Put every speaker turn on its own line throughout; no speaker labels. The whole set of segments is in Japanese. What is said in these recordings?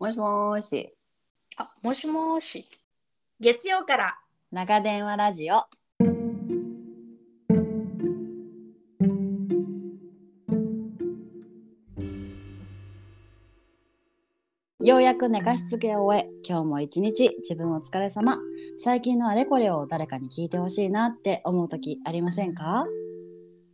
もしもーし、
あ、もしもし。月曜から。
長電話ラジオ。ようやく寝かしつけを終え、今日も一日自分お疲れ様。最近のあれこれを誰かに聞いてほしいなって思う時ありませんか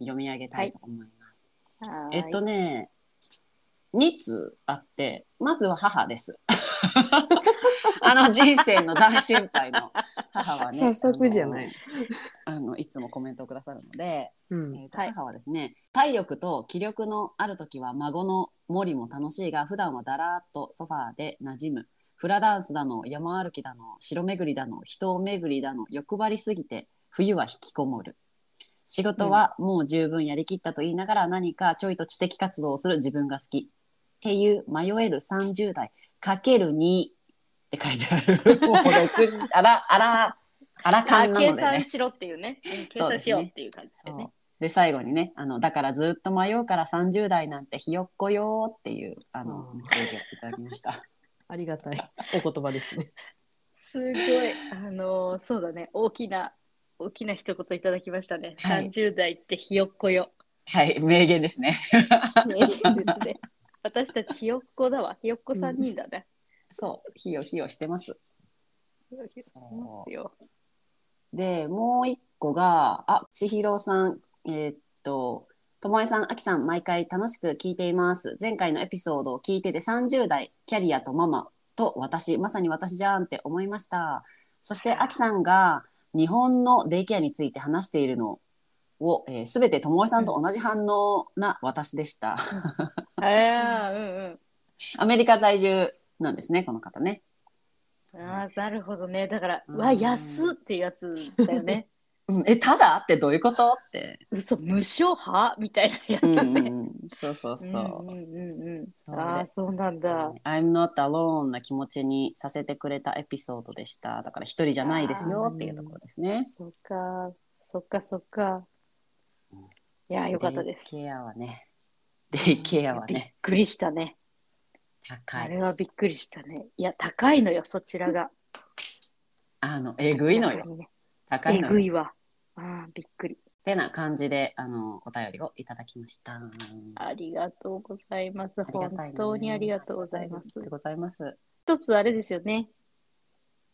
読み上げた
はいい
と思います、
は
えっとね2通あってまずは母です あの人生の大先輩の母はね
早速じゃないい。
あのいつもコメントをくださるので
うん。
えーと
はい
母はですね、体力と気力のある時は孫の森も楽しいが普段はだらーっとソファーで馴染むフラダンスだの山歩きだの城巡りだの人巡りだの欲張りすぎて冬は引きこもる仕事はもう十分やりきったと言いながら何かちょいと知的活動をする自分が好きっていう迷える30代かける2って書いてあるもう6あらあらあらかんなので
計
ね
算しろっていうね。うん計
そうで
算
すね
しようっていう感じです
そう
よね。
で最後にねあの「だからずっと迷うから30代なんてひよっこよ」っていうあの
うん
メッセージをいただきました
ありがたいお言葉ですね。
すごい、あのーそうだね、大きな、大きな一言いただきましたね。
はい
30代ってひよっこよ。
はい名言ですね
ねいいですね。私たちひよっこだわ。ひよっこ三人だね。
そうひよひよしてます
ひよっこひよっこいますよ
でもう一個があ千尋さんえーっとともえさんあきさん毎回楽しく聞いています前回のエピソードを聞いてて30代キャリアとママと私まさに私じゃんって思いましたそしてあきさんが日本のデイケアについて話しているのを、えー、全てともえさんと同じ反応な私でした、
ああ、うん
アメリカ在住なんですねこの方ね
うん。ああ、なるほどね。だから、
う
うんわ、安っっていうやつだ よね。
うんえただってどういうことって、
嘘、無償派みたいなやつ
うんう
ね。
ん、 そうそうそう、
うんうんうんう。
そうんで
ああ、そうなんだ。
I'm not alone な気持ちにさせてくれたエピソードでした。だから一人じゃないですよっていうところですね。
そっか、そっか、そっか。いやー、よかったです。
デイケアはね、デイケアは
びっ
ね、
くりしたね。
高
あれ
い。
はびっくりしたね。いや、高いのよ、そちらが。
あの、えぐいのよ。
よ。
高
え
いの
ぐ
よ。っ
いわ。ああ、びっくり。
てな感じで、あの、お便りをいただきました。
ありがとうございます。
ありがたいね
本当にありがとうございま
ありがとう
す。
ございます。
一つあれですよね。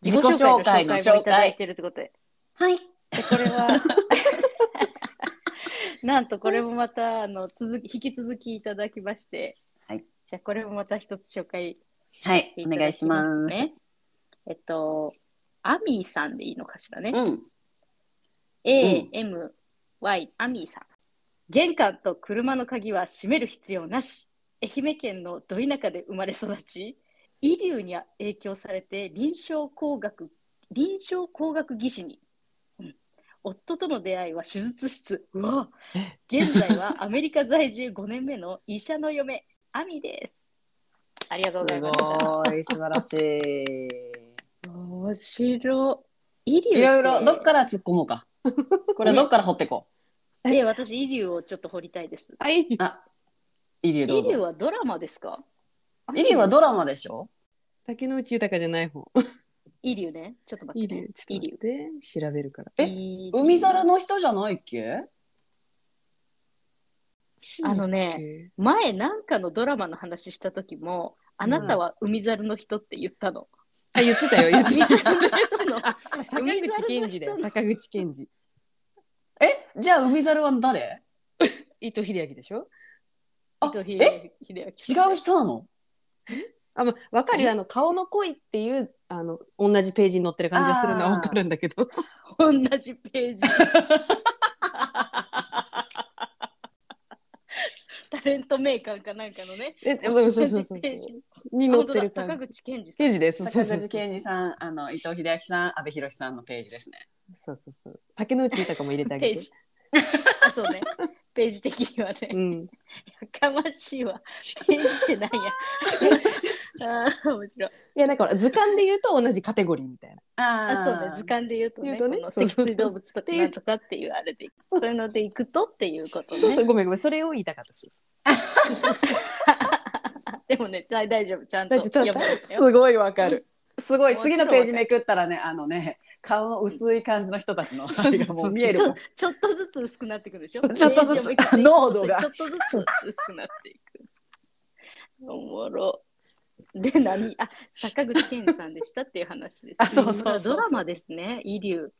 自己紹介の
自己
紹
紹介もいただい
介。
てるってことで。
はい。
でこれは なんとこれもまたあの続き引き続きいただきまして、
はい、
じゃあこれもまた一つ紹介さ
はい
せていただきますね。
お願い
えっとアミーさんでいいのかしらね。
うん。
A M Y アミーさん。玄関と車の鍵は閉める必要なし。愛媛県のど田舎で生まれ育ち、医流に影響されて臨床工学臨床工学技師に。うん夫との出会いは手術室。うわ現在はアメリカ在住5年目の医者の嫁、アミです。ありが
す
とうございました。
ごい、素晴らしい。
面白 い。医流
いろいろ、どっからら突っ込もうか。これはどっから掘っていこう。
で私、医流をちょっと掘りたいです。
はい。
あ、イリュウど
イ
うぞ。
リュウはドラマですか
イリュウはドラマでしょ
竹野内豊じゃない方。
イリュウね。ちょっと待
い
っ
い
て、ね
ね。。ちょっと待って調べるから。
え
イリュウ
海猿の人じゃないっけ
あのね、
え
前なんかのドラマの話した時も、あなたは海猿の人って言ったの。
あ言ってたよ言ってた。
の
あ坂口健二だよ
海
坂口健二。
えじゃあ海猿は誰
伊藤英明でしょ。
あ
伊藤
え
英明
違う人なの
あまわかるよあの顔の恋っていうあの同じページに載ってる感じがするのは
あー
わかるんだ けど。
同じページ。確レント名鑑かなんかのね。
え、うんそうそうそう。
ページあ
に載っ
本当
て
だ
る感
坂
じ。
口健二さん
ペー。ジです。そう
坂
そうそう
口健二さん、あの伊藤英明さん、阿部寛さんのページですね。
そうそうそう。竹の内とかも入れてあげ
ペー
て
ジ。。あ、そうね。ページ的にはね。
うん。
やかましいわ。ページってなんや。ああ、面白い。
いや、だから図鑑で言うと同じカテゴリーみたいな。
あ、そうね。図
か
鑑で言うとね、
言うとね
この
そう
脊
そうそう
椎動物とかなんとかっていうあれで、そういうので行くとっていうことね。
そうそう、ごめんごめん。それを言いたかったです。
でもね、大大丈夫。ちゃんと
大丈
読
夫ちゃんと
めてたよ。
すごいわかる。すごい
もち
次
ろん
のページめくったらねあのね顔の薄い感じの人たちのあれがもう見え
ち
る
ょちょっとずつ薄くなってくるでしょ
そうちょっとずつ
ページをめくっていくと
濃度が
ちょっとずつ薄くなっていく。おもろ。で、何あ、坂口健二さんでしたっていう話です。
あそうそうそうそう
ドラマですね、イリュウ。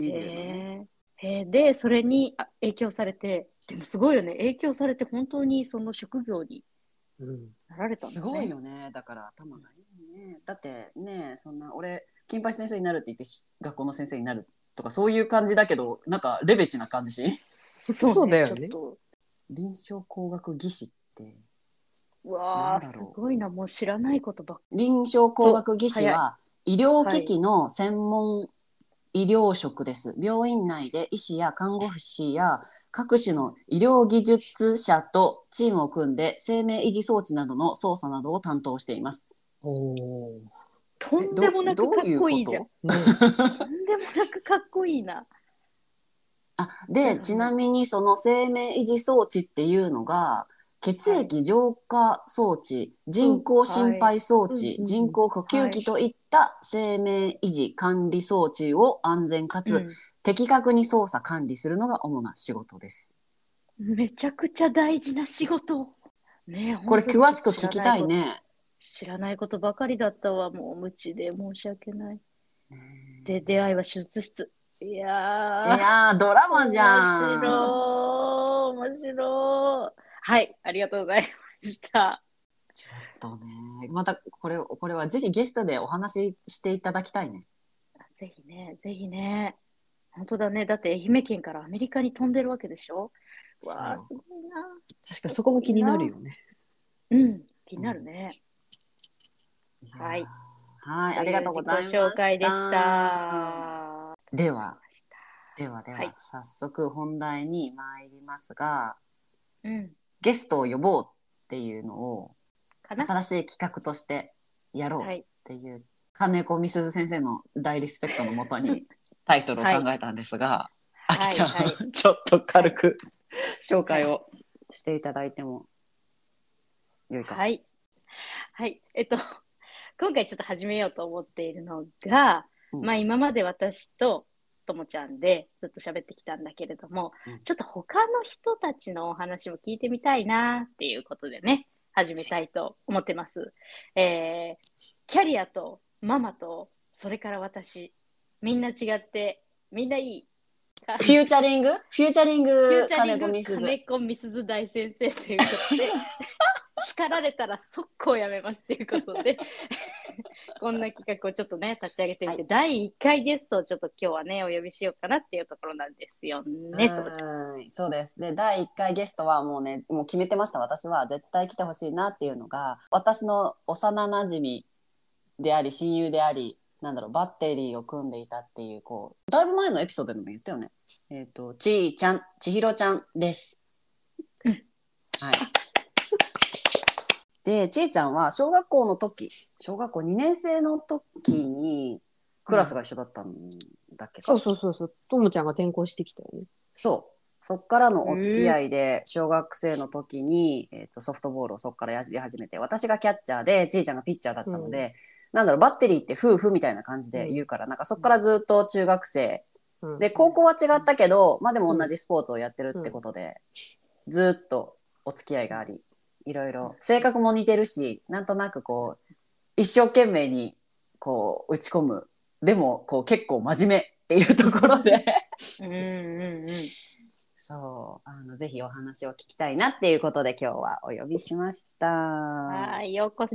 いい
へ
よね
えへえでそれにあ影響されてでもすごいよね影響されて本当にその職業に
うん。
なられたんだ、ね、
すごいよねだから頭がいいねだってねそんな俺金八先生になるって言ってし学校の先生になるとかそういう感じだけどなんかレベチな感じ
そう,、
そうだよね
ちょっ
臨床工学技師って
とうわあ
なん
す
だろう
ごいなもう知らないことばっか
臨床工学技師
お
は医療機器の専門医療職です、病院内で医師や看護師や各種の医療技術者とチームを組んで生命維持装置などの操作などを担当しています
おお。
とんでもなくかっこいいじゃん
えどどううこと
とんでもなくかっこいいな
あ
そうだ
で
ね
ちなみにその生命維持装置っていうのが血液浄化装置、人工心肺装置、
はいうんうん
人工呼吸器といった生命維持管理装置を安全かつ的確に操作管理するのが主な仕事です。
うんめちゃくちゃ大事な仕事ねえ
これ
本当に
詳しく聞きたいね。
知らないこと知らないことばかりだったわもう無知で申し訳ないで出会いは手術室い
い
やー
やードラマじゃ
面
ん。
白い面白いはいありがとうございました
ちょっとねまたこれこれはぜひゲストでお話ししていただきたいね。
ぜひねぜひね本当だねだって愛媛県からアメリカに飛んでるわけでしょ
そう
わあすごいな
確かそこも気になるよね。
うん気になるね、はい
はいありがとうございます。
とう自己紹介でした
では、ではでは、
はい
早速本題に参りますが、
うん
ゲストを呼ぼうっていうのを
かな
新しい企画としてやろう
は
っ
い
ていう、金子みすず先生の大リスペクトのもと にタイトルを考えたんですが、あきちゃん、
はいは
ちょっと軽く紹介をしていただいてもよいか。
はい。はい。えっと、 今回ちょっと始めようと思っているのが、
うん
まあ今まで私とともちゃんでずっと喋ってきたんだけれども、
うん
ちょっと他の人たちのお話も聞いてみたいなっていうことでね、始めたいと思ってます。えーキャリアとママと、それから私、みんな違って、みんないい。
フューチャリングフューチャリン
フュ
グ
ーチャリ
金
ング
子みすず。
金子みすず大先生ということで叱られたら速攻やめますということでこんな企画をちょっとね立ち上げてみて、
は
第1回ゲストをちょっと今日はねお呼びしようかなっていうところなんですよねともちゃん
はいそうです。で、第1回ゲストはもうね、もう決めてました。私は絶対来てほしいなっていうのが、私の幼馴染であり、親友であり、なんだろう、バッテリーを組んでいたっていう、こう、だいぶ前のエピソードでも言ったよね。えっ、と、ちーちゃん、ちひろちゃんです。
うん
はい。で、ちーちゃんは小学校の時、小学校2年生の時に、クラスが一緒だったんだっけか、
そうそうそうそう。ともちゃんが転校してきたよね。
そう。そっからのお付き合いで、小学生の時に、えー、とソフトボールをそっからやり始めて、私がキャッチャーで、じいちゃんがピッチャーだったので、なんだろう、バッテリーって夫婦みたいな感じで言うから、なんかそっからずっと中学生。
うん
で、高校は違ったけど、まあでも同じスポーツをやってるってことで、ずっとお付き合いがあり、いろいろ、性格も似てるし、なんとなくこう、一生懸命に、こう、打ち込む。でも、こう、結構真面目っていうところで。
うんうんうん
そう、あの、ぜひお話を聞きたいなっていうことで、今日はお呼びしました。
は
はい
ようこそ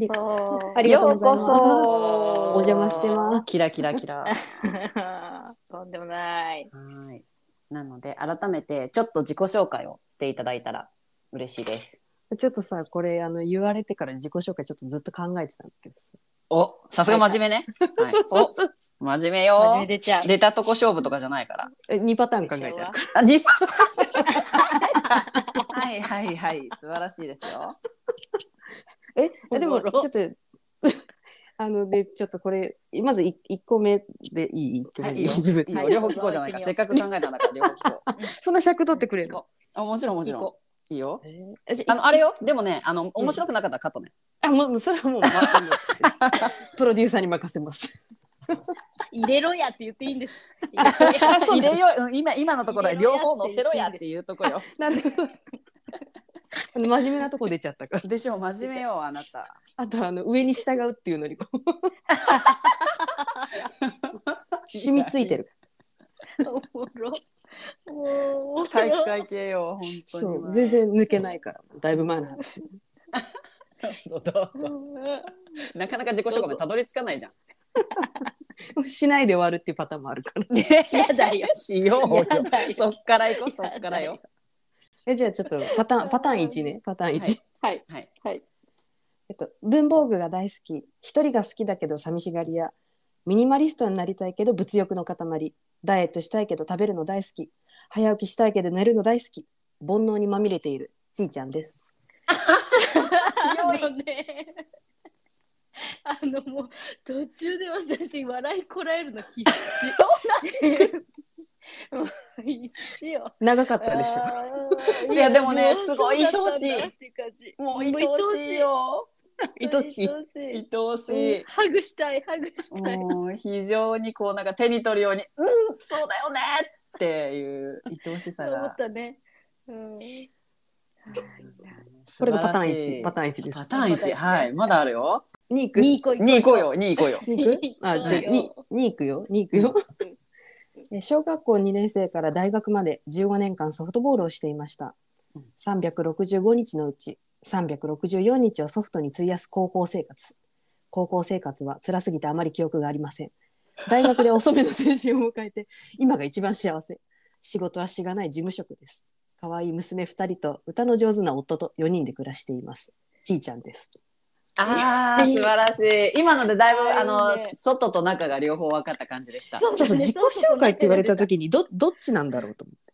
ありがとうございます
ようこそ
お邪魔してます。
キラキラキラ。は
とんでもない
い。なので、改めて、ちょっと自己紹介をしていただいたら嬉しいです。
ちょっとさ、これ、あの、言われてから自己紹介ちょっとずっと考えてたんだけどさ。
お、さすが真面目ね。はい
そうそ
お
う
真面目よ
真面目。出ちゃう。
出たとこ勝負とかじゃないから。
え2パターン考えてあるから。
あ、リパ。はいはいはい、素晴らしいですよ。
え、あで
お
も、
も
ちょ
ろ
っと、 あの、で、ちょっとこれ、まず 1, 個目でいい ?1 個目
はい
で
いい
いい
よ
自分
いいよ
はい
両方聞こうじゃないか。
どうぞ
せっかく考えたんだから、両方聞こう。
そんな尺取ってくれるの
あ、もちろんもち
行
ろ
こ
ん。いいよ。
えじゃ
あ
あ
の、あれよ。でもね、あの、面白くなかったらカットね。
あもうそれはもう、まあもう プロデューサーに任せます。
う入れろやって言っていいんです。
あ
そう
入
ね
れよううん今今のところは
入れろ
両
や
方乗せろやっていうとこよ。
なるほど。 あの真面目なとこ出ちゃったから。
でしょ真面目よあなた。
あとあの上に従うっていうのにこう染みついてる。
おもろ。おー
体育会系よ本当に。
そう全。然抜けないからだいぶ前の話。
そうどうぞなかなか自己紹介もたどり着かないじゃん。
しないで終わるっていうパターンもあるから。
やだよ。
しようよ
やだよ
そっから行こうそっからよ。
えじゃあちょっとパターンパターン1ねパターン1。
はいは
はい
い。
はい。
えっと文房具が大好き一人が好きだけど寂しがり屋ミニマリストになりたいけど物欲の塊ダイエットしたいけど食べるの大好き早起きしたいけど寝るの大好き煩悩にまみれているちいちゃんです。
あのね。あのもう途中で私笑いこらえるの必死。同じ必死よ。
長かったでしょ。
ょ
いやでもねすごい愛おしいもう愛おしい。よ。
愛おしい
愛
愛おしい
おしい。
ハグしたい、ハグしたい。
もう非常にこうなんか手に取るように「うんそうだよね!」っていう愛おしさ
そう思
が。
ったね。うん。
これがパターン1パタ
ーン
ーン1です
パ。ターン1はいまだあるよ。
2いく
二個
2行こう。よ2行こうよ。
二行くあじゃあ
二
2いくよ2いくよ。 え小学校2年生から大学まで15年間ソフトボールをしていました
うん
365日のうち364日をソフトに費やす高校生活高校生活は辛すぎてあまり記憶がありません大学で遅めの青春を迎えて 今が一番幸せ仕事はしがない事務職です可愛い娘2人と歌の上手な夫と4人で暮らしていますちいちゃんです
ああ素晴らしい。今のでだいぶあの
いいね
外と中が両方分かった感じでした。
ちょっと自己紹介って言われた。時にどどっちなんだろうと思って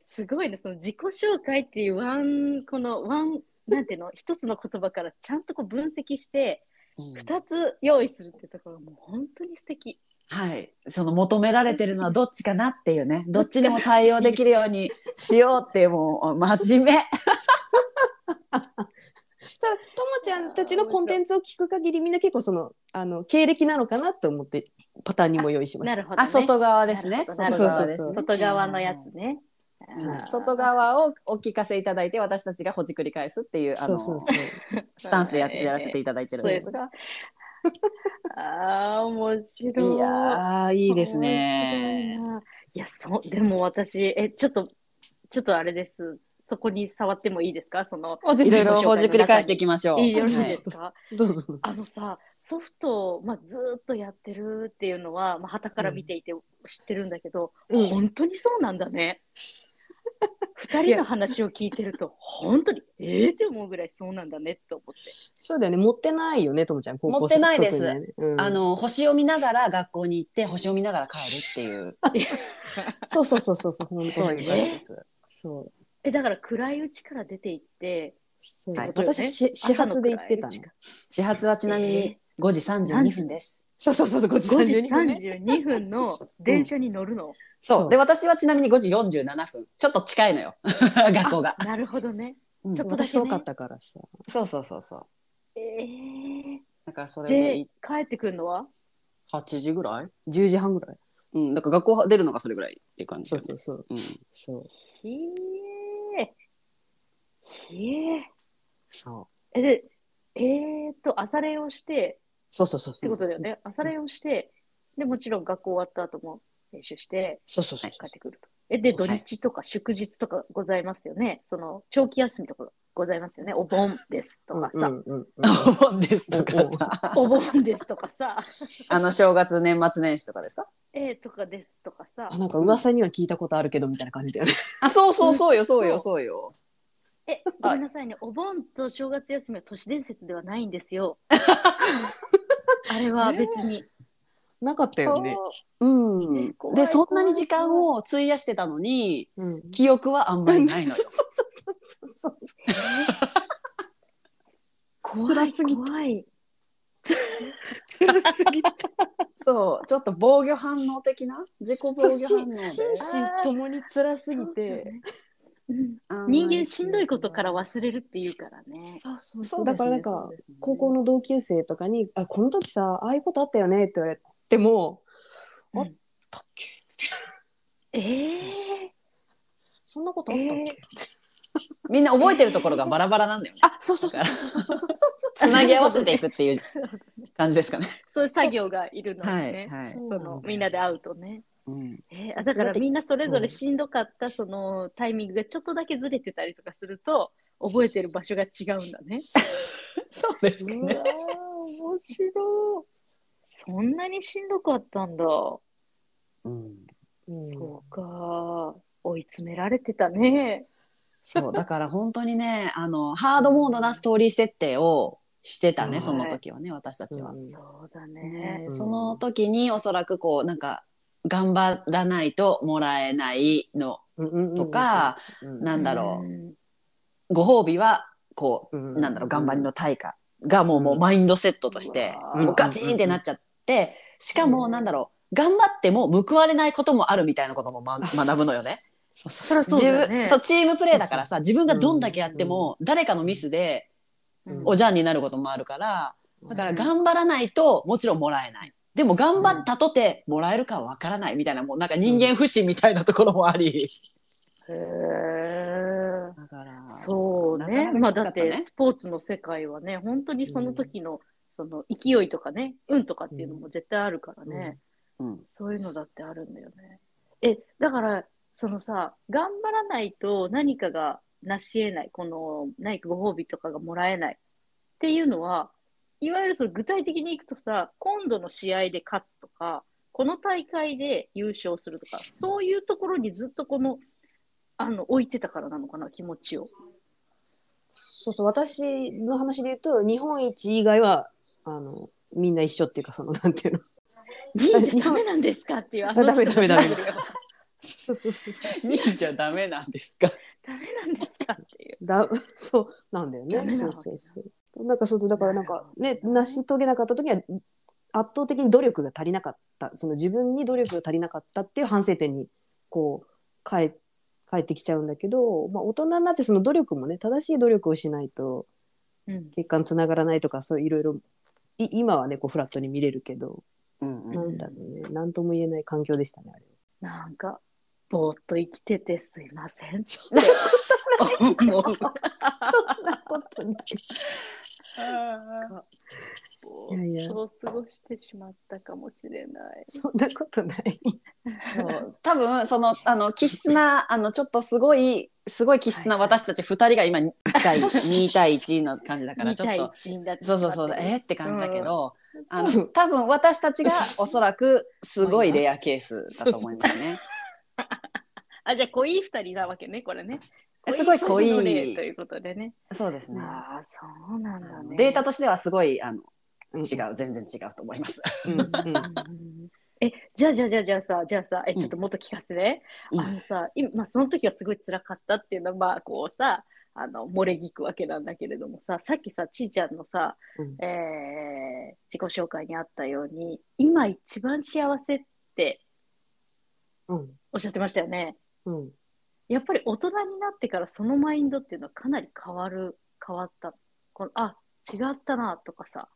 すごいね、その自己紹介っていうワン、このワン、なんていうの、一つの言葉からちゃんとこう分析して、二つ用意するってところがもう本当に素敵。
はい。その求められてるのはどっちかなっていうね。どっちでも対応できるようにしようっていうもう真面目。
ただともちゃんたちのコンテンツを聞く限りみんな結構そのあの経歴なのかなと思ってパターンにも用意しま
な
した。
るほど、ね。
あ外側ですね。
な
外
るほど
側です
そうそうそう
外側のやつね。
うん
あー
外側をお聞かせいただいて私たちがほじくり返すっていうあの
そうそうそう。
スタンスでや,、
えー
やらせていただいてるんですが
ああ、面白
い
い。
やーいいですね
面白いな。いや、そう、でも私、え、ちょっと、ちょっとあれです。そこに触ってもいいですかその、
あぜ
いろ
ひぜ
いろ
ひ
ほじくり返していきましょう
いいよろしい
は
で
い
すか
どうぞどうぞ。
あのさ、ソフトを、まあ、ずーっとやってるっていうのは、まあ、旗から見ていて知ってるんだけど、
うん
本当にそうなんだ ね。二人の話を聞いてると、本当に、ええって思うぐらいそうなんだねって思って。
そうだよね持ってないよねともちゃん高校
持ってないです
特にねうん
あの星を見ながら学校に行って星を見ながら帰るっていう
そうそうそうそうそう本当に
そういう感じです。
そう
え、だから暗いうちから出て行って、
そう
はい
私はし始発で行ってた
ね
ね。
始発はちなみに5時32分です。
そうそうそうそう5
5時
時32分ね。
32分 の電車に乗るの。
そうで私はちなみに5時47分ちょっと近いのよ学校が。
なるほどね。
うん
ちょっとだ
私
けね
多かったからさ。
そうそうそうそう。
ええ
だからそれで
で、帰ってくるのは
8時ぐらい
10時半ぐらい。
うん、だから学校出るのがそれぐらいっていう感じ
そ
だ
う
よね、
そうそう
うん、
そう
へえ。へえ。
そう
え、で、えーっと、朝練をして、
そうそうそ
っ
うそ
て
う
ことだよね。朝練をして、で、もちろん学校終わった後も練習して、
そうそうそ
帰
うそう
ってくると。え、で、
そ
土
うはい
日とか祝日とかございますよね。その、長期休みとかございますよね。お盆ですとか
う
さ。
んうんうんうん
お盆ですとかさ、
お盆ですとかさ。
あの正月年末年始とかですか？
えーとかですとかさ
あ。なんか噂には聞いたことあるけどみたいな感じだよね。
あ、そうそうそうよ、そう
う
よ、
ん
そうよ。
え、ごめんなさいね。お盆と正月休みは都市伝説ではないんです よ。あれは別に。
なかったよね。
うん
え怖い
でそんなに時間
怖
を費やしてたのに
うん。
記憶はあんまりないのよ
怖い、
辛すぎた
怖い。
そうちょっと防御反応的な自己防
心身ともに辛すぎて。
うん
あんまり
人間しんどいことから忘れるっていうからね。
そうそうう
だからなんか高校
の
の同級生とかに「あこの時さああいうことあったよね」って言われても「
うん
あったっけ
ええ
そんなことあったっけ?」
みんな覚えてるところがバラバラなん だよね
あそうそうそうそうそうそうそう
つなぎ合わせていくっていう感じですかね
そういう作業がいるのよね。
はいはい
そう
そのみんなで会うとね。
うん
え
そう
ーあだから
それで
みんなそれぞれしんどかったそのタイミングがちょっとだけずれてたりとかすると覚えてる場所が違うんだね。
そうです
うわー
ね
面白い。そんなにしんどかったんだ。そ
うん
うん
うか。追い詰められてたね。
そうだから本当にねあのハードモードなストーリー設定をしてたね、
うん
その時はね私たちは。
うん
そうだ
ね
ね。
その時におそらくこうなんか頑張らないともらえないのとか、
うん
なんだろう、
う。
ご褒美はこう、
うん
なんだろう頑張りの対価がもう,、もうマインドセットとして
うわー
もうガチンってなっちゃってしかもなんだろう頑張っても報われないこともあるみたいなことも、ま、学ぶのよね。
そう
そ
そ
り
う
ゃそうだよね
自分そうチームプレーだからさ自分がどんだけやっても、誰かのミスで
うん
おじゃんになることもあるから
うん
だから頑張らないともちろんもらえないでも頑張ったとてもらえるかわからないみたいなもうなんか人間不信みたいなところもあり、
へー
だから
そう
なかな
ね。
か
まあ
きつ
だ
かった
って
ね
スポーツの世界はね、本当にその時の、その勢いとかね、運とかっていうのも絶対あるからね、
うん
そういうのだってあるんだよね。え、だから、そのさ、頑張らないと何かが成し得ない、この何かご褒美とかがもらえないっていうのは、いわゆるその具体的にいくとさ、今度の試合で勝つとか、この大会で優勝するとか、そういうところにずっとこの、あの、置いてたからなのかな、気持ちを。
そうそう私の話で言うと日本一以外はあのみんな一緒っていうかそのなんていうの
忍者ダメなんですかっていう。あの人
ダメダメダメ
ダメ
そうそうそうそう
忍者ダメなんですか
なんですかっていう。
だそうなんだよ
ダメ
ね。
な
そ
わ
う
け
そうそう。なんかそうだからなんかね成し遂げなかった時には圧倒的に努力が足りなかったその自分に努力が足りなかったっていう反省点にこう帰帰ってきちゃうんだけど、まあ、大人になってその努力もね正しい努力をしないと
うん、
結果につながらないとかそういろいろい今はねこうフラットに見れるけど、
うんうん
なんだろうね何とも言えない環境でしたねあれ。
なんか、ぼーっと生きててすいませんって思う。
そんなことない。いやいや
そう過ごしてしまったかもしれない。
そんなことない。
そう多分そのあの気質なあのちょっとすごいすごい気質な私たち2人が今1対2対1の感じだから
2
ちょっ
対
と
1になってし
そ
ま
うそ
って
うそうえーって感じだけ、ど、あ
多
の
分
多分私たち がおそらくすごいレアケースだと思いますね。
うんあ、じゃあ濃い2人なわけね、これね。
すごい濃い
女子の例ということでね。
そうですね。
ああ、そうなんだね。
データとしてはすごいあの違
違
う全然違うと思います。
うんうん
えじゃあじゃあじゃあじゃあさじゃあさえ
うん
ちょっともっと聞かせて、
うん
あのさ今、まあ、その時はすごい辛かったっていうのはまあこうさあの漏れぎくわけなんだけれどもささっきさちーちゃんのさ、
うん
えー自己紹介にあったように今一番幸せって
うん
おっしゃってましたよね
うん
やっぱり大人になってからそのマインドっていうのはかなり変わる変わったこのあ違ったなとかさ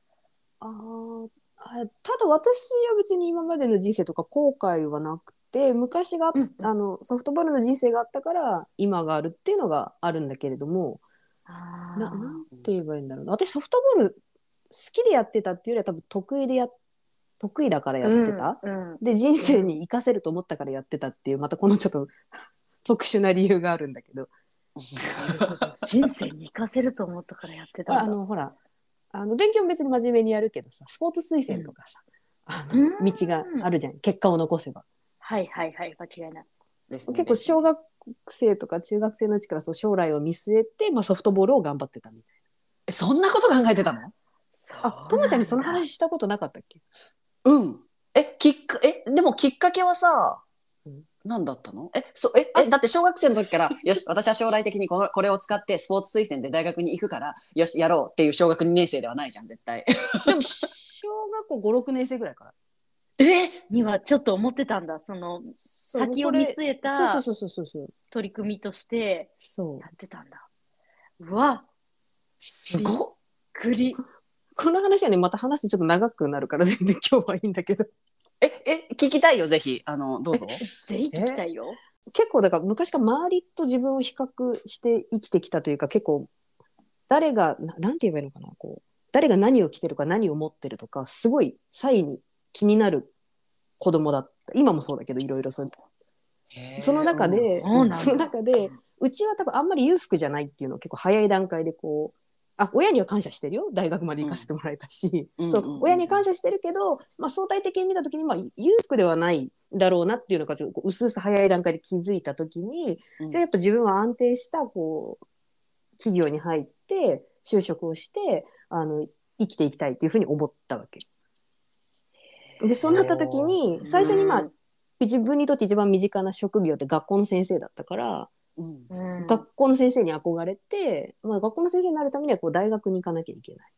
あーあただ私は別に今までの人生とか後悔はなくて昔が、
うん
あのソフトボールの人生があったから今があるっていうのがあるんだけれども
あー
ななん て言えばいいんだろうな私ソフトボール好きでやってたっていうよりは多分得意でや得意だからやってた、
うんうん
で人生に生かせると思ったからやってたっていうまたこのちょっと 特殊な理由があるんだけど
人生に生かせると思ったからやってたんだ
あのほらあの勉強も別に真面目にやるけどさスポーツ推薦とかさ、あ
うん
の道があるじゃん結果を残せば。
はいはいはい、間違いない。
ですね
結構小学生とか中学生のうちからそう将来を見据えて、まあ、ソフトボールを頑張ってたみたい
えそんなこと考えてたの
な。あともちゃんにその話したことなかったっけ
うん。え、きっか、え、でもきっかけはさ
うん、
何だったのえ、そう、え、え、だって小学生の時から、 よし、私は将来的にこの、これを使ってスポーツ推薦で大学に行くから、よし、やろうっていう小学2年生ではないじゃん、絶 対。
でも小学校56年生ぐらいから。
え
にはちょっと思ってたんだその先を見据え
そ
た
うそうそうそうそう。
取り組みとして
そう
やってたんだうわ
すごっ
栗
この話はねまた話ちょっと長くなるから全然今日はいいんだけど
え、え、聞きたいよ、ぜひ。あの、どうぞ。
ぜひ聞きたいよ
結構だから昔から周りと自分を比較して生きてきたというか結構誰がななんて言えばいいのかなこう誰が何を着てるか何を持ってるとかすごい際に気になる子供だった今もそうだけどいろいろそうその中で、
そうなんだ
その中でうちは多分あんまり裕福じゃないっていうのを結構早い段階でこうあ親には感謝してるよ大学まで行かせてもらえたし、
うん
そ
うんうんうん
う親に感謝してるけど、まあ、相対的に見た時に、まあ、裕福ではないだろうなっていうのがちょっとこう薄々早い段階で気づいた時に、
うん
じゃあやっぱ自分は安定したこう企業に入って就職をしてあの生きていきたいっていうふうに思ったわけ。でそうなった時に最初にまあ
うん
自分にとって一番身近な職業って学校の先生だったから、
うん
うん
学校の先生に憧れて、まあ、学校の先生になるためにはこう大学に行かなきゃいけない。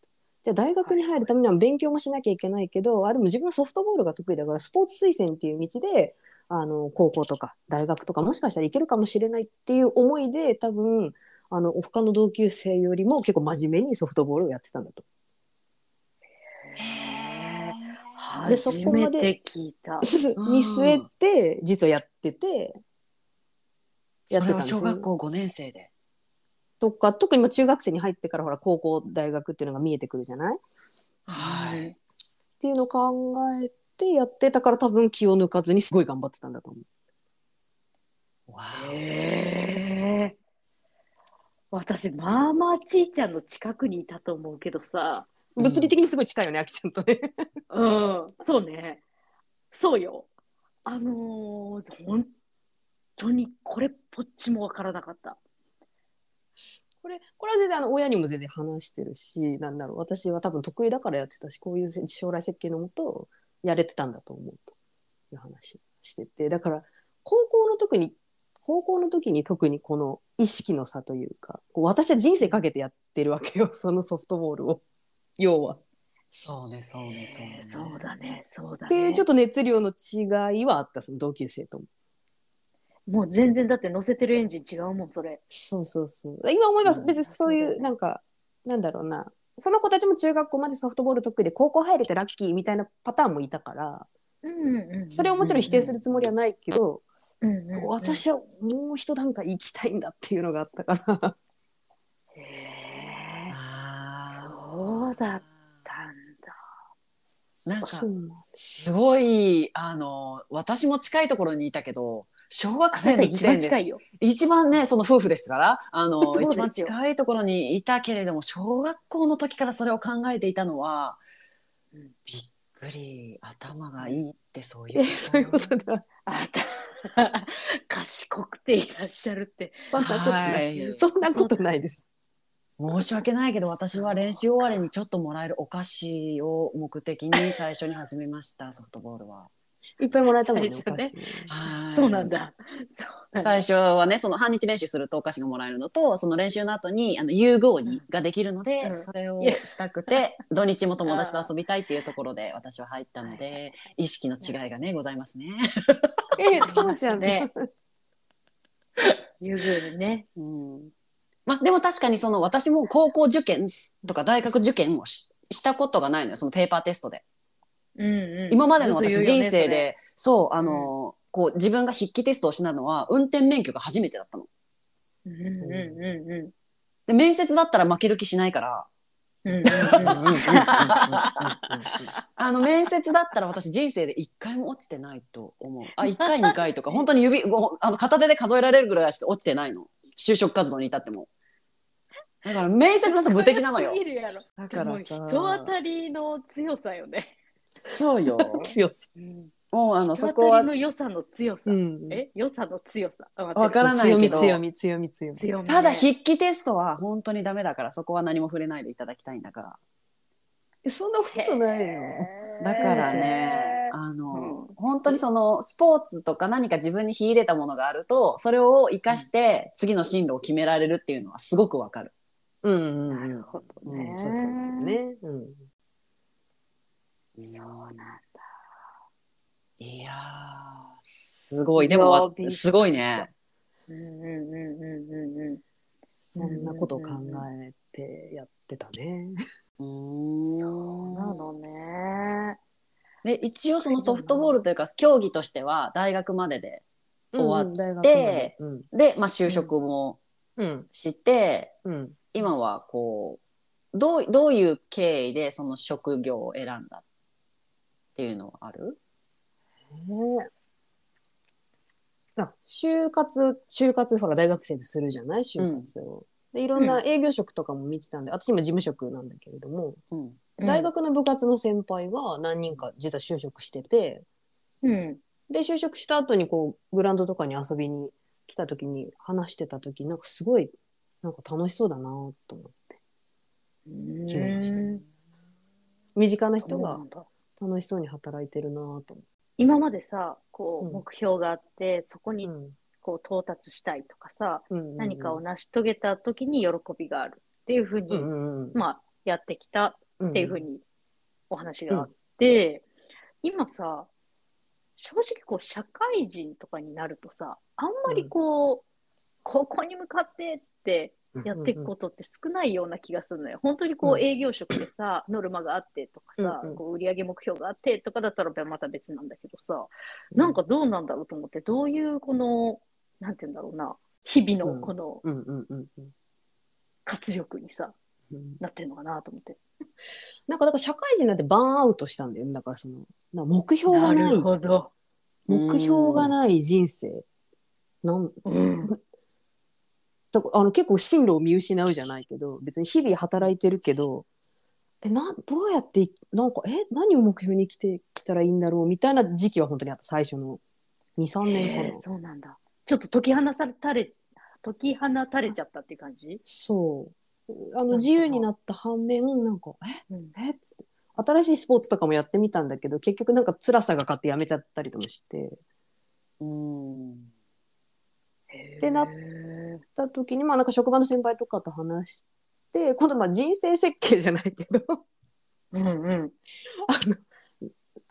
じゃあ大学に入るためには勉強もしなきゃいけないけど、あでも自分はソフトボールが得意だからスポーツ推薦っていう道であの高校とか大学とかもしかしたら行けるかもしれないっていう思いで多分あの他の同級生よりも結構真面目にソフトボールをやってたんだと。
へ
で
初
そこ
め
まで
て聞いた
ん
見据えて実はやってて
ー
やっ
それ
てたん
は
です
小学校5年生で。
とか特にまあ中学生に入ってからほら高校大学っていうのが見えてくるじゃない
はい。
っていうのを考えてやってたから多分気を抜かずにすごい頑張ってたんだと思う。
わ
へえ私まあまあちいちゃんの近くにいたと思うけどさ
うん
物理的にすごい近いよね、あきちゃんとね。
うんそうねそうよあのー、本当にこれっぽっちもわからなかった
これ、これは全然あの親にも全然話してるし、なんだろう、私は多分得意だからやってたし、こういうせ将来設計のもと、やれてたんだと思うという話してて、だから、高校の特に、高校の時に特にこの意識の差というか、こう私は人生かけてやってるわけよ、そのソフトボールを。要は。
そうね、そうね、そうね。
そうだねそうだね
っていうちょっと熱量の違いはあった、その同級生とも。
もう全然だって乗せてるエンジン違うもんそれ
そうそうそう。今思えば
うん
別にそう
そうだ
い
よ
う、
ね
なんか、なんだろうな。その子たちも中学校までソフトボール得意で高校入れてラッキーみたいなパターンもいたから、
うんうんうん
それをもちろん否定するつもりはないけど、
うんうんうん
私はもう一段階行きたいんだっていうのがあったから。
へえ
あー
そうだったんだ
なんか
そうなんです
すごい、あの、私も近いところにいたけど、小学
あな
生
た
の時
一
点
番
で
近いよ
一番ね、その夫婦ですから、あ
そ
の、
うですよ
一番近いところにいたけれども、小学校の時からそれを考えていたのは、
うん
びっくり、頭がいいってそういう
え、 そういうことだ。
あた 賢くていらっしゃるって
そんなことな。
はいい。
そんなことないです。
申し訳ないけど、私は練習終わりにちょっともらえるお菓子を目的に最初に始めました、ソフトボールは。
いっぱいもらえたもんね。
最初ね
お菓子ね
はい
そうなんだそうなんだ
最初はねその半日練習するとお菓子がもらえるのとその練習の後にあの融合にができるので、
うん
それを
いや
したく て土日も友達と遊びたいっていうところで私は入ったので意識の違いがねござい ますね。
ええ、ともちゃん
ね。
ね
ゆずにね
うんまあ、でも確かにその私も高校受験とか大学受験をししたことがないのよそのペーパーテストで。
うんうん
今までの
ず
私
っと言
人
うよね
生でそうあの、こう自分が筆記テストをしたのは運転免許が初めてだったの。
それうんうんうんうん
で面接だったら負ける気しないから。
うんうん
うんうんうんうんうんうん
あの面接だったら私人生で1回も落ちてないと思う。あ1回2回とか本当に指もうあの片手で数えられるぐらいしか落ちてないの就職活動に至っても。だから面接だと無敵なのよ
す。ぎるやろ
だ
でも人当たりの強さよね。
そうよ
うん。強さ。
うんもうあの
人
そ
当
こ
た
は
りの良さの強さ。
うん
え良さの強さ。あ
わからないけど
強み強み強み強み。
強みね
ただ筆記テストは本当にダメだからそこは何も触れないでいただきたいんだから
そんなことないよ。
だからね、
へー
あの、
う
本当にそのスポーツとか何か自分に秀でたものがあると、それを活かして次の進路を決められるっていうのはすごくわかる。
うんうん
な
うん
る。ほど
う
ね
ん、。そうそうね。うん。
そうなんだ。
いやー、すごい。でもわ
いやーびっく、りした
すごいね。
うんうんうんうんうんうん。
そんなことを考えてやってたね。
う
そうな
ーん
のね。
で一応そのソフトボールというか競技としては大学までで終わ
わ
って
うん
で、まあ、就職も
うん
して、
うん。
今はこうどうどういう経緯でその職業を選んだっていうのはある
ねえあ就活就活ほら大学生でするじゃない就活を。でいろんな営業職とかも見てたんで、私今事務職なんだけれども、
うん
大学の部活の先輩が何人か実は就職してて
うん。
で就職した後にこうグラウンドとかに遊びに来た時に話してた時なんかすごいなんか楽しそうだなと思って
うん。
決めました身近な人
そうな
が
んだ
楽しそうに働いてるなと思
今までさ、こ
う
うん目標があって、そこに
って、
こう到達したいとかさ、
うんうんうん
何かを成し遂げた時に喜びがあるっていうふうに、
うん
まあやってきた
っ
っていうふうにお話があって、今さ正直こう社会人とかになるとさあんまりこう、ここに向かってってやっていくことって少ないような気がするのよ。本当にこ
う
うん営業職で さ、ノルマがあってとかさ、
うんうん
こう売上目標があってとかだったらまた別なんだけどさ、なんかどうなんだろうと思って、どういうこの、なんて言うんだろうな、日々のこの
うんうんうんうん
活力にさ、
うん
なってるのかなと思って。
なんかだから社会人になってバーンアウトしたんだよねだからそのな目標が
な
ない
るほど。
目標がない人生なん
うん
だからあの結構進路を見失うじゃないけど別に日々働いてるけどえなどうやっていなんかえ何を目標に生きてきたらいいんだろうみたいな時期は本当にあった最初の23年か
へ
な
えそうなんだ。ちょっと解き放されたれ、解き放たれちゃったって感じ。
そうあ
ほど
の自由になった反面なんか
うん。
ええっつって新しいスポーツとかもやってみたんだけど結局なんか辛さが勝ってやめちゃったりとかして
うん
てなた時にまあなんか職場の先輩とかと話して今度まあ人生設計じゃないけど
うんうん。
あの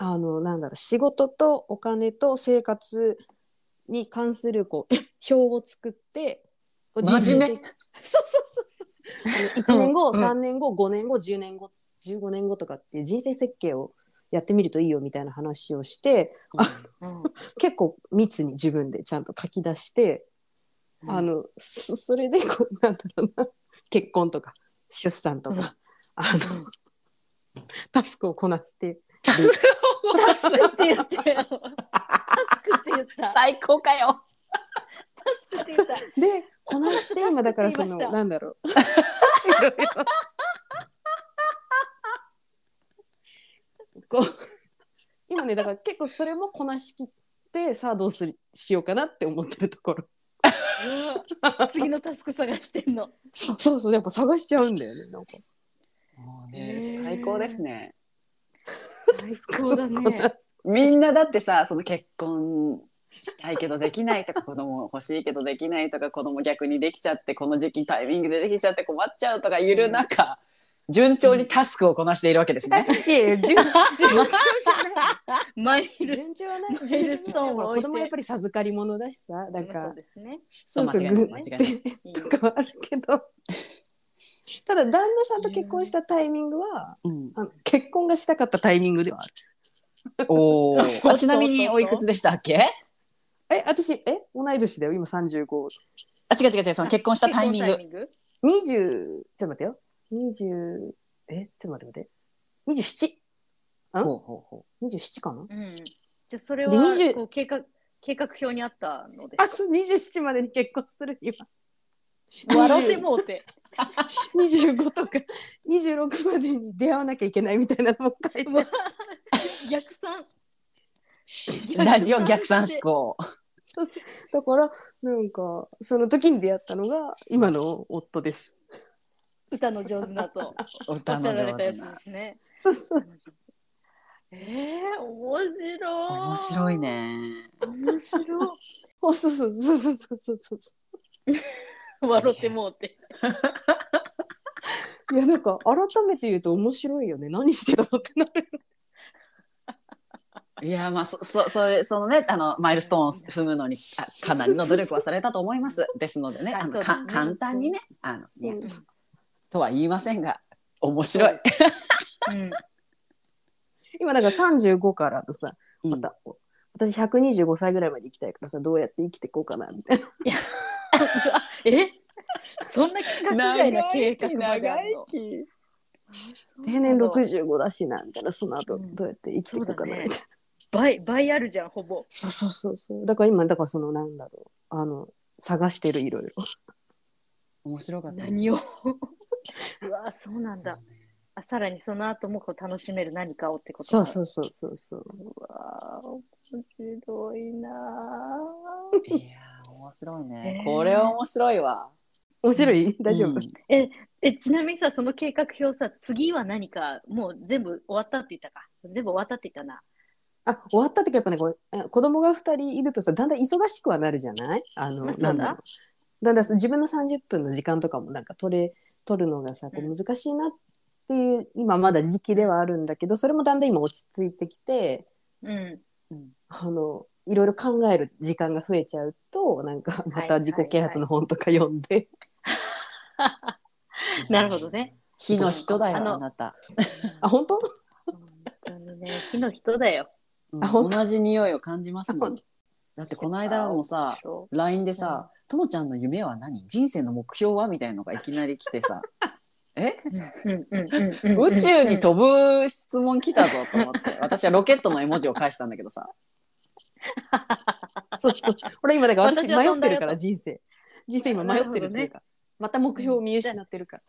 あのなんだろう仕事とお金と生活に関するこう表を作ってこう
真面目
人生設計そうそうそうそうあの1年後、
うん
3年後5年後10年後15年後とかっていう人生設計をやってみるといいよみたいな話をして
うん
結構密に自分でちゃんと書き出して、
うん
あのそそれでこうなんだろうな 結婚とか出産とか、
うん
あのタスクをこなして
タスクって言ったよ。タスクって言った。タ
最高かよ
スクって言った。
でこなして今だからそ
タス
の
クって言いました
なんだろう こう 今ねだから結構それもこなしきってさあどうするしようかなって思ってるところ
うわ次のタスク探してんの。
そうそうそうやっぱ探しちゃうんだよねなんか
もう
へ
ね
ー
最高ですね
最高だ
こな
ね。
みんなだってさその結婚したいけどできないとか子供欲しいけどできないとか子供逆にできちゃってこの時期タイミングでできちゃって困っちゃうとかいる中、順調にタスクをこなしているわけですね。
いやいや順順調じゃない
マイル。
順調はない。
ジェル
順
ス
調
トーンを
ほら
置い
子
て
供はやっぱり授かり物だしさ、な
そ
ん
う
か、
ですね。
そうそう、
間違い
グ
ない
ッ
間違
て
いない
とかはあるけど。 ただ、旦那さんと結婚したタイミングは、
うん、
あの結婚がしたかったタイミングではある。
お
お
お。ちなみにおいくつでしたっけ？
え、私、え、同い年だよ、今35。
あ違う違う違うその結婚したタイミン
結
グ
婚。グ。
20、ちょっと待ってよ。20、え、ちょっと待って待って。タイミング
ほうほうほ
27、27かな
うん。じゃあそれは
で20
こう計画計画表にあったので
あ、
す
そう、27までに結婚する今。
か。笑ってもうて。
25とか26までに出会わなきゃいけないみたいなのも書いて
うわ逆算
ラジオ逆算思考。
そうそうだからなんかその時に出会ったのが今の夫です。
歌の上手だとお
歌
っしゃ
の
られ
上
た
手
やつ
な。
ですね。
そうそう
えー、面白い。
面白い。ね。
面白い。
おそうそうそうそうそうそうそう
笑ってもうて。
いやなんか改めて言うと面白いよね何してたのってなる
いやまあそそそれそのねあのマイルストーンを踏むのにあかなりの努力はされたと思い ます。ですのでね
はい
あの
そう
か
ですね
簡単にねあのね
そう
とは言いませんが面白い。
うん。
今だから35からとさ
うん
また、私125歳ぐらいまで生きたいからさどうやって生きていこうかなみたいな。
えそんな企画外の計画まであるの
生き定年
六十
65だしなみたいなその後
うん
どうやって生きていこうかなみたいな。
倍倍あるじゃんほぼ
そうそうそうそう。だから今、だからそのなんだろう。あの、探してるいろいろ。
面白かった。
何を うわそうなんだあさらにその後もこう楽しめる何かをってこと
そう
う
そうそうそうそう。
うわ面白いない
やー面白いね
へ。ー
これは面白いわ。
面白い、大丈夫、
うん
えちなみにさその計画表さ次は何かもう全部終わったって言ったか全部終わったって言ったな
あ、終わった時はやっぱね、こう子供が2人いるとさ、だんだん忙しくはなるじゃないあの、
まあそうだ
なんだろう。だんだん自分の30分の時間とかもなんか取れ、取るのがさ、こ
う
う難しいなっていう、今まだ時期ではあるんだけど、それもだんだん今落ち着いてきて、
うん
あの、いろいろ考える時間が増えちゃうと、なんかまた自己啓発の本とか読んで、
なるほどね
火の人だよ
あの
あなた。
あ、本当
本当にね火の人だよ
うん
あ本当
同じ匂いを感じますも
あ
ん。だってこの間もさ、LINE でさ「ともちゃんの夢は何人生の目標は?」みたいのがいきなり来てさ「え宇
宇
宙に飛ぶ質問来たぞ」と思って私はロケットの絵文字を返したんだけどさ
そうそう。俺今だから私
私
迷
は飛
っ
ん
て
だよと
るから人生。人生今迷ってるっていうか、また目標を見失ってるから。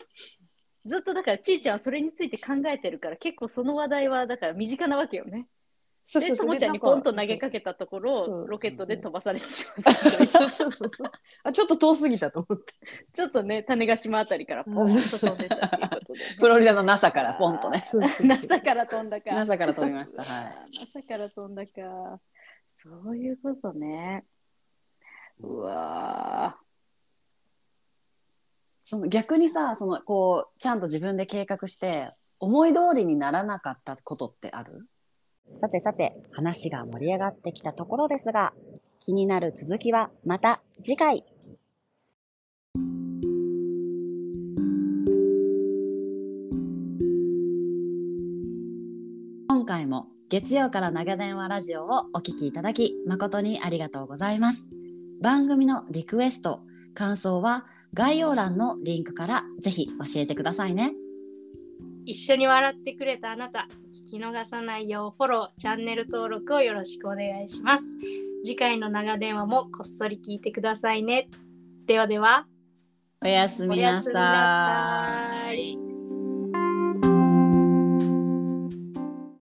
ずっとだからちーちゃんはそれについて考えてるから結構その話題はだから身近なわけよね。
そ
でともちゃんにポンと投げかけたとこ
そうそ
ろ
う
ロケットで飛ばされてしまった。
そうそうそうそうあちょっと遠すぎたと思って。
ちょっとね種子島あたりからポンと飛んでたっていうことで、
フロリダの NASA からポンとね
そうそうそう
NASA から飛んだか。。
NASA から飛びましたはい
NASA から飛んだか。そういうことね。うわ
その逆にさそのこうちゃんと自分で計画して思い通りにならなかったことってある
さてさて、話が盛り上がってきたところですが、気になる続きはまた次回。
今回も月曜から長電話ラジオをお聞きいただき誠にありがとうございます番組のリクエスト感想は概要欄のリンクからぜひ教えてくださいね
一緒に笑ってくれたあなた、聞き逃さないようフォロー、チャンネル登録をよろしくお願いします。次回の長電話もこっそり聞いてくださいね。ではでは、
おやすみなさ
おやすみなさい。